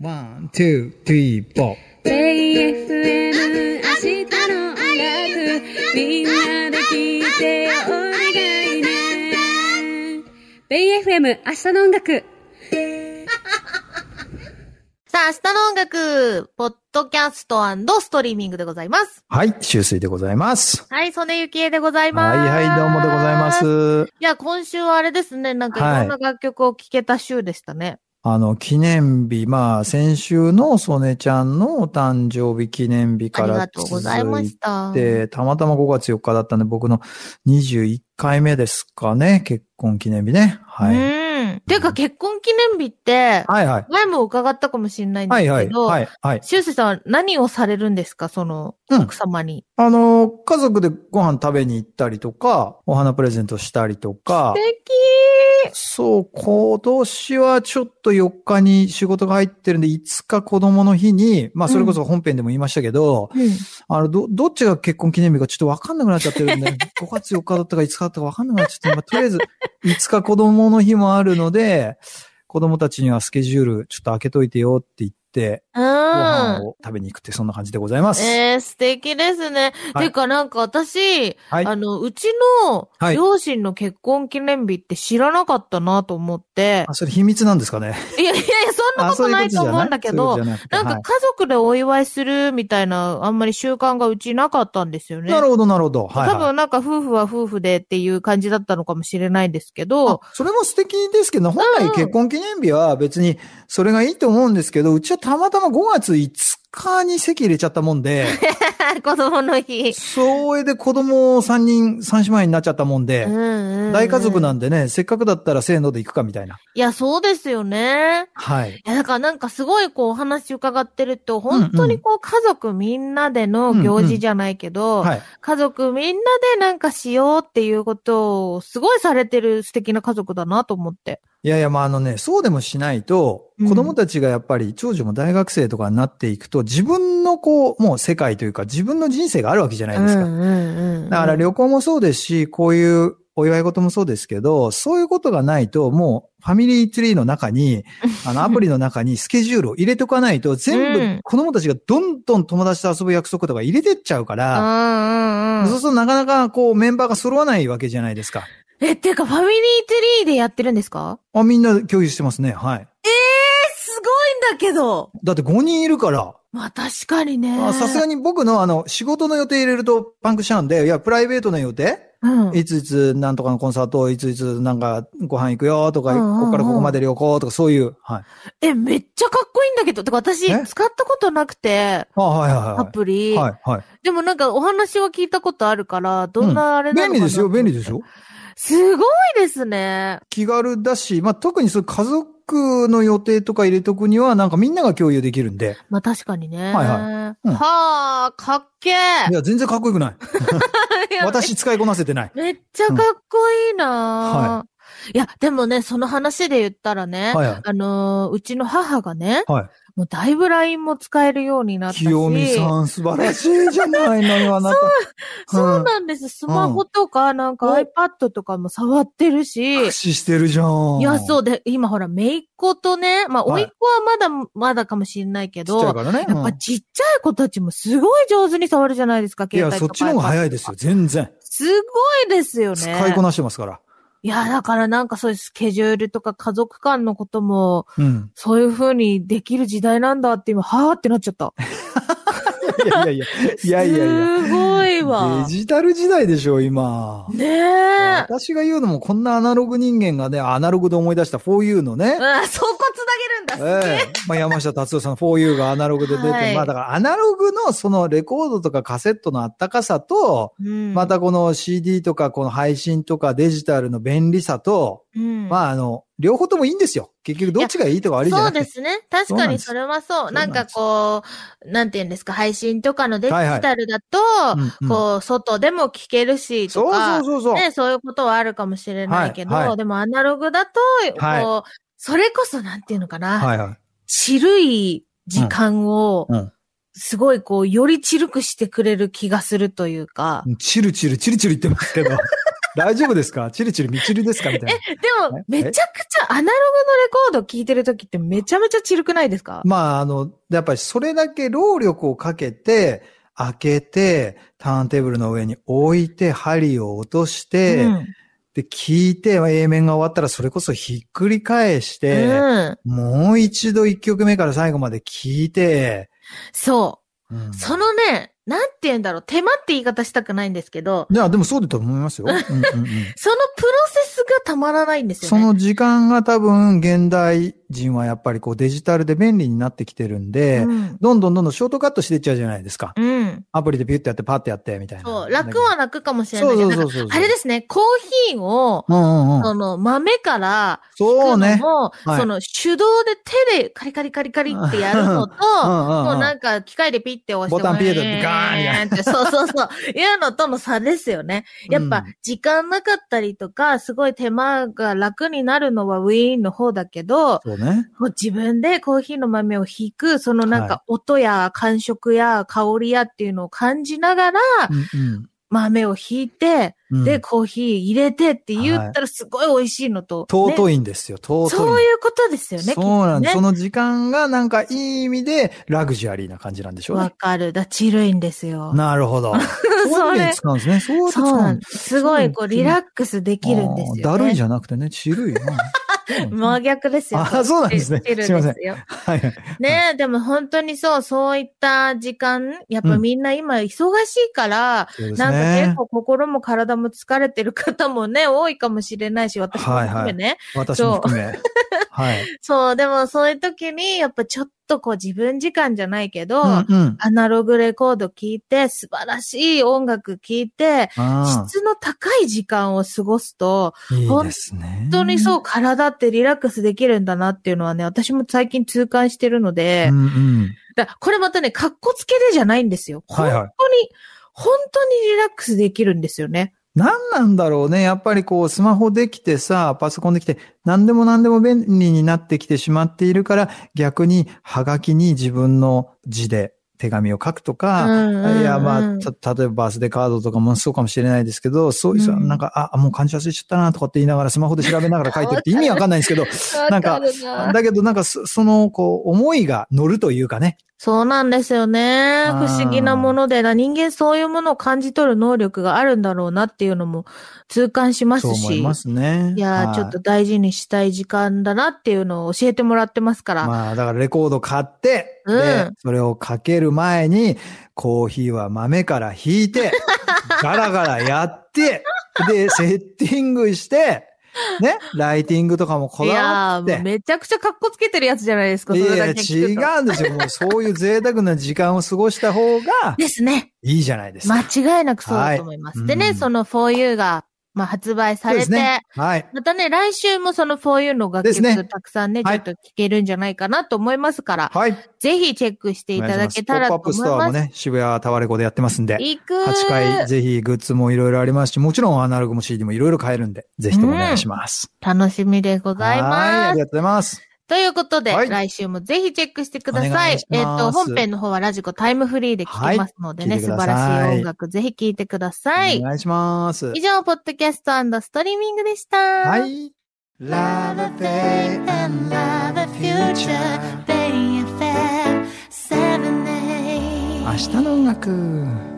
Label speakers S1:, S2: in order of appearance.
S1: ワン、ツー、スリー、フォー。
S2: JFN 明日の音楽みんなで聞いてお願いね BayFM 明日の音楽
S3: さあ、明日の音楽、ポッドキャストストリーミングでございます。
S4: はい、修水でございます。
S3: はい、曽根ゆきえでございま
S4: はい
S3: す。
S4: はい、どうもでございま。
S3: い
S4: す。
S3: や、今週はあれですね、なんか
S4: はい
S3: いろんな楽曲を聴けた週でしたね。
S4: あの、記念日、まあ、先週の曽根ちゃんのお誕生日記念日か
S3: あり
S4: ら
S3: がとうございました。
S4: で、たまたま5月4日だったんで、僕の21回目ですかね。結婚記念日ね。はい。
S3: うん。ていうか、結婚記念日って、
S4: はいはい。
S3: 前も伺ったかもしれないんです
S4: は
S3: け
S4: い
S3: ど、
S4: はい。はいはい。
S3: シュウセイさんは何をされるんですかその、
S4: うん
S3: 奥様に。
S4: あの、家族でご飯食べに行ったりとか、お花プレゼントしたりとか。
S3: 素敵
S4: そう、今年はちょっと4日に仕事が入ってるんで、5日子供の日に、まあそれこそ本編でも言いましたけど、あの、ど、どっちが結婚記念日かちょっとわかんなくなっちゃってるん で、5月4日だったか5日だったかわかんなくなっちゃって、まあとりあえず5日子供の日もあるので、子供たちにはスケジュールちょっと開けといてよって言って、
S3: う
S4: ご飯
S3: ん。
S4: を食べに行くってそんな感じでございます。
S3: えー、素敵ですね。
S4: はい
S3: てか、なんか私、
S4: はい
S3: あの、うちの
S4: はい
S3: 両親の結婚記念日って知らなかったなと思って、
S4: あ、それ秘密なんですかね。
S3: い、やいやいや、そんな
S4: あ、
S3: ことないと思うんだけど、
S4: そういうことじゃないそういうことじゃ
S3: な
S4: なくて
S3: んか
S4: はい
S3: 家族でお祝いするみたいな、あんまり習慣がうちなかったんですよね。
S4: なるほど、なるほど。はい、はい。
S3: 多分なんか夫婦は夫婦でっていう感じだったのかもしれないんですけど、
S4: それも素敵ですけど、本来結婚記念日は別にそれがいいと思うんですけど、うちはたまたま5月5日に席入れちゃったもん で、
S3: 子供の日。
S4: それで子供3人、3姉妹になっちゃったもんで、大
S3: 大
S4: 家族なんんでね、せっかくだったらせーので行くかみたいな。
S3: いや、そうですよね。
S4: はい。
S3: いや、だからなんかすごいこうお話伺ってると、本当にこう家族みんなでの行事じゃないけど、
S4: はい。
S3: 家族みんなでなんかしようっていうことをすごいされてる素敵な家族だなと思って。
S4: いやいや、まああのね、そうでもしないと
S3: うん、
S4: 子供たちがやっぱり、長女も大学生とかになっていくと、自分のこう、もう世界というか、自分の人生があるわけじゃないですか。
S3: うんうん
S4: だから旅行もそうですし、こういうお祝い事もそうですけど、そういうことがないと、もうファミリーツリーの中 に、あのアプリの中にスケジュールを入れとかないと、
S3: う
S4: 全
S3: ん
S4: 部子供たちがどんどん友達と遊ぶ約束とか入れてっちゃうから、
S3: うんうん。
S4: そううんするとなかなかこうメンバーが揃わないわけじゃないですか。
S3: え、っていうかファミリーツリーでやってるんですか
S4: あ、みんな共有してますね。はい。
S3: え、すごいんだけど。
S4: だって5人いるから、
S3: まあ確かにね。
S4: あさすが
S3: に。
S4: に僕のあの仕事の予定入れるとパンクしちゃうんで、いや、プライベートの予定
S3: うん。
S4: いついつなんとかのコンサート、いついつなんかご飯行くよとか、
S3: うんうんうん
S4: ここからここまで旅行とかそういう。はい。
S3: え、めっちゃかっこいいんだけど。てか私、
S4: え
S3: 使ったことなくて、
S4: あはいはいはい。
S3: アプリ。
S4: はいは
S3: でもなんかお話は聞いたことあるから、どんなあれ
S4: い。
S3: なのかな、
S4: 便利ですよ、便利です。よ。
S3: すごいですね。
S4: 気軽だし、まあ、特にそういう家族の予定とか入れとくには、なんかみんなが共有できるんで。
S3: まあ確かに
S4: は
S3: ね。
S4: いはい
S3: は
S4: うん
S3: あ、かっけえ
S4: いや、全然かっこよ くない。私使いこなせてない。
S3: めっちゃかっこいいな、
S4: は
S3: はい、や、でもね、その話で言ったらね、
S4: はいはい。
S3: あのーうちの母がね、
S4: は
S3: もうだいぶ LINE も使えるようになっ
S4: い。
S3: たし。
S4: 清美さん、素晴らしいじゃないのよ、あなた。
S3: そう
S4: うん
S3: なんです。スマホとか、なんか
S4: お
S3: iPad とかも触ってるし。
S4: 駆使してるじゃん。
S3: いや、
S4: う。
S3: そうで、今ほら、姪っ子とね、まあ、甥
S4: はい
S3: っ子はまだ、まだかもしれないけ
S4: ちっちゃい
S3: ど、
S4: からね。
S3: やっぱ
S4: うん
S3: ちっちゃい子たちもすごい上手に触るじゃないですか、
S4: い
S3: 携
S4: や、
S3: 帯
S4: そ
S3: と
S4: っ
S3: か。
S4: ちの方が早いですよ、全然。
S3: すごいですよね。
S4: 使いこなしてますから。
S3: いや、だからなんかそういうスケジュールとか家族間のことも、
S4: うん。
S3: そういう風にできる時代なんだって今、はーってなっちゃった。
S4: いやいや いや、いやいやいや。
S3: すごいわ
S4: デ。ジタル時代でしょ、今。
S3: ねえ。
S4: 私が言うのもこんなアナログ人間がね、アナログで思い出した 4U のね、
S3: うん、 そこつなげるんだ。すげえ
S4: ええまあ、山下達郎さんの 4U がアナログで出て、
S3: はい
S4: まあだからアナログのそのレコードとかカセットのあったかさと、
S3: うん
S4: ま、たこの CD とかこの配信とかデジタルの便利さと、
S3: うん
S4: まああの、両方ともいいんですよ。結局どっちがいいとか悪いじゃ
S3: そ
S4: な
S3: う
S4: くて。
S3: ですね。確かにそれはそう。
S4: そう
S3: な
S4: なんんです
S3: かこう、なんて言うんですか、配信とかのデジ
S4: はいはい
S3: タルだと、
S4: うんうん
S3: こう、外でも聞けるし、と
S4: そうそ
S3: か、
S4: うそうそう。
S3: ね、そういうことはあるかもしれないけど、
S4: はいはい
S3: でもアナログだと、
S4: はい
S3: こう、それこそなんていうのかな、
S4: はいはい。
S3: ちるい時間を
S4: うんうん、
S3: すごいこう、よりちるくしてくれる気がするというか、
S4: チルチル、チルチル言ってますけど。大丈夫ですかチリチリみちりですかみたいな。
S3: でも
S4: え、
S3: めちゃくちゃアナログのレコード聴いてる時ってめちゃめちゃチルくないですか
S4: まあ、あの、やっぱりそれだけ労力をかけて、開けて、ターンテーブルの上に置いて、針を落として、
S3: うん
S4: で、聞いて、A 面が終わったらそれこそひっくり返して、
S3: うん。
S4: もう一度一曲目から最後まで聞いて、
S3: そうう。
S4: ん
S3: そのね、なんて言うんだろう、手間って言い方したくないんですけど、
S4: いや、でもそうだと思います よ。うんうんうん
S3: そのプロセスがたまらないんですよ
S4: そ
S3: ね。
S4: の時間が多分現代人はやっぱりこうデジタルで便利になってきてるんで、
S3: うん。
S4: どんどんどんどんショートカットしていっちゃうじゃないですか。
S3: うん。
S4: アプリでピュッてやってパッてやってみたいな。
S3: そう、楽は楽かもしれな
S4: そ
S3: いうけ
S4: そ
S3: ど、
S4: う
S3: な
S4: そ
S3: ん
S4: う
S3: か
S4: そう。
S3: あれですね、コーヒーを、
S4: うんうんう
S3: そ
S4: ん。
S3: の豆から、
S4: そうね。
S3: も、
S4: はい
S3: その手動で手でカリカリカリカリってやるのと、
S4: うんうんうん
S3: もうなんか機械でピッて押して、
S4: ボタンピッて
S3: ウィ
S4: ガーンみた
S3: ーンって、そうそうそう、いうのとの差ですよね。やっ
S4: う
S3: ぱ
S4: ん
S3: 時間なかったりとか、すごい手間が楽になるのはウィーンの方だけど、
S4: そうね。
S3: もう自分でコーヒーの豆を引く、そのなんか音や感触や香りやっていうのを感じながら
S4: うん
S3: 豆を引いて、
S4: うん。
S3: で、
S4: うん、
S3: コーヒー入れてって言ったらすごい美味しいのと。
S4: 尊
S3: い、
S4: いんですよ。尊い。
S3: そういうことですよね。
S4: そうなんです。
S3: きっ
S4: そ
S3: とね
S4: の時間がなんかいい意味でラグジュアリーな感じなんでしょう
S3: わ
S4: ね。
S3: かる。だ、ちるいんですよ。
S4: なる ほど。そういう意味で使うんですね。そういう意味で使
S3: そううん
S4: だ
S3: なんです。すごい、こう、リラックスできるんですよ、
S4: あ
S3: ね。
S4: ーだるいじゃなくてね、ちるいな。 そうなんですね
S3: 真逆ですよ。
S4: あそうなんですね
S3: チル
S4: すいません
S3: ですよ
S4: はいはい。
S3: ねえ、でも本当にそう、そういった時間、やっぱみんな今忙しいから、
S4: そうです
S3: なんか
S4: ね
S3: 結。構心も体も疲れてる方もね、多いかもしれないし、私も含めね。
S4: 私も含め。はい。
S3: そう、でもそういう時に、やっぱちょっとこう自分時間じゃないけど、
S4: うんうん。
S3: アナログレコード聴いて、素晴らしい音楽聴いて、
S4: あ
S3: 質の高い時間を過ごすと、
S4: あ、いいですね。
S3: 本当にそう体ってリラックスできるんだなっていうのはね、私も最近痛感してるので
S4: う、んうん。
S3: だからこれまたね、かっこつけでじゃないんですよ。
S4: はいはい
S3: 本当に、本当にリラックスできるんですよね。
S4: 何なんだろうね。やっぱりこう、スマホできてさ、パソコンできて、何でも何でも便利になってきてしまっているから、逆に、はがきに自分の字で手紙を書くと
S3: う
S4: か、
S3: んうんうん
S4: いや、まあ、た、例えばバースデーカードとかもそうかもしれないですけど、そういうさ、
S3: うん
S4: なんか、あ、もう漢字忘れちゃったな、とかって言いながら、スマホで調べながら書いてるって意味わかんないんですけ ど、なんかわかだけどなんかそ、その、こう、思いが乗るというかね。
S3: そうなんですよね。
S4: あ
S3: 不
S4: ー
S3: 思議なものでな、人間そういうものを感じ取る能力があるんだろうなっていうのも痛感しま
S4: そ
S3: す
S4: う思
S3: し。
S4: いますね。
S3: いやー、
S4: はい
S3: ちょっと大事にしたい時間だなっていうのを教えてもらってますから。
S4: まあ、だからレコード買って、
S3: うん
S4: で、それをかける前に、コーヒーは豆から引い て、ガラガラやって、で、セッティングして、ね、ライティングとかもこ
S3: い
S4: だ
S3: や
S4: わ
S3: ー、
S4: って。
S3: もうめちゃくちゃ格好つけてるやつじゃないですか、それ
S4: いや
S3: だ
S4: 違
S3: け聞くと。
S4: うんですよ。もうそういう贅沢な時間を過ごした方 が
S3: ですね。
S4: いいじゃないですか。
S3: 間違いなくそうだと思います。
S4: はい
S3: でね、
S4: うん
S3: その 4U が、まあ、発売さ
S4: そうで
S3: れ
S4: す
S3: て、
S4: ね。はい。
S3: またね、来週もその 4U の楽
S4: ですね
S3: 曲たくさんね、ち
S4: は
S3: ょ
S4: い
S3: っと聴けるんじゃないかなと思いますから、
S4: はい。
S3: ぜひチェックしていただけたらと
S4: お願いしますポップアップ
S3: 思
S4: ストアも
S3: います。
S4: ね、渋谷タワレコでやってますんで。
S3: 行く
S4: 8回、ぜひグッズもいろいろありますし、もちろんアナログも CD もいろいろ買えるんで、ぜひともお願いします。
S3: 楽しみでござい
S4: はい、あ
S3: ま
S4: り
S3: す。
S4: がとうございます。
S3: ということで、
S4: はい
S3: 来週もぜひチェックしてくだ
S4: お
S3: さ
S4: 願
S3: い。
S4: いします
S3: えっ、と、本編の方はラジコタイムフリーで聴けますのでね、
S4: はい聞いて
S3: 素
S4: くださ
S3: 晴
S4: い
S3: らしい音楽ぜひ聴いてください
S4: お。願いします。
S3: 以上、ポッドキャストストリーミングでした。
S4: はい。
S5: Love a day and love a future. Bay FM 7 8
S4: 明日の音楽。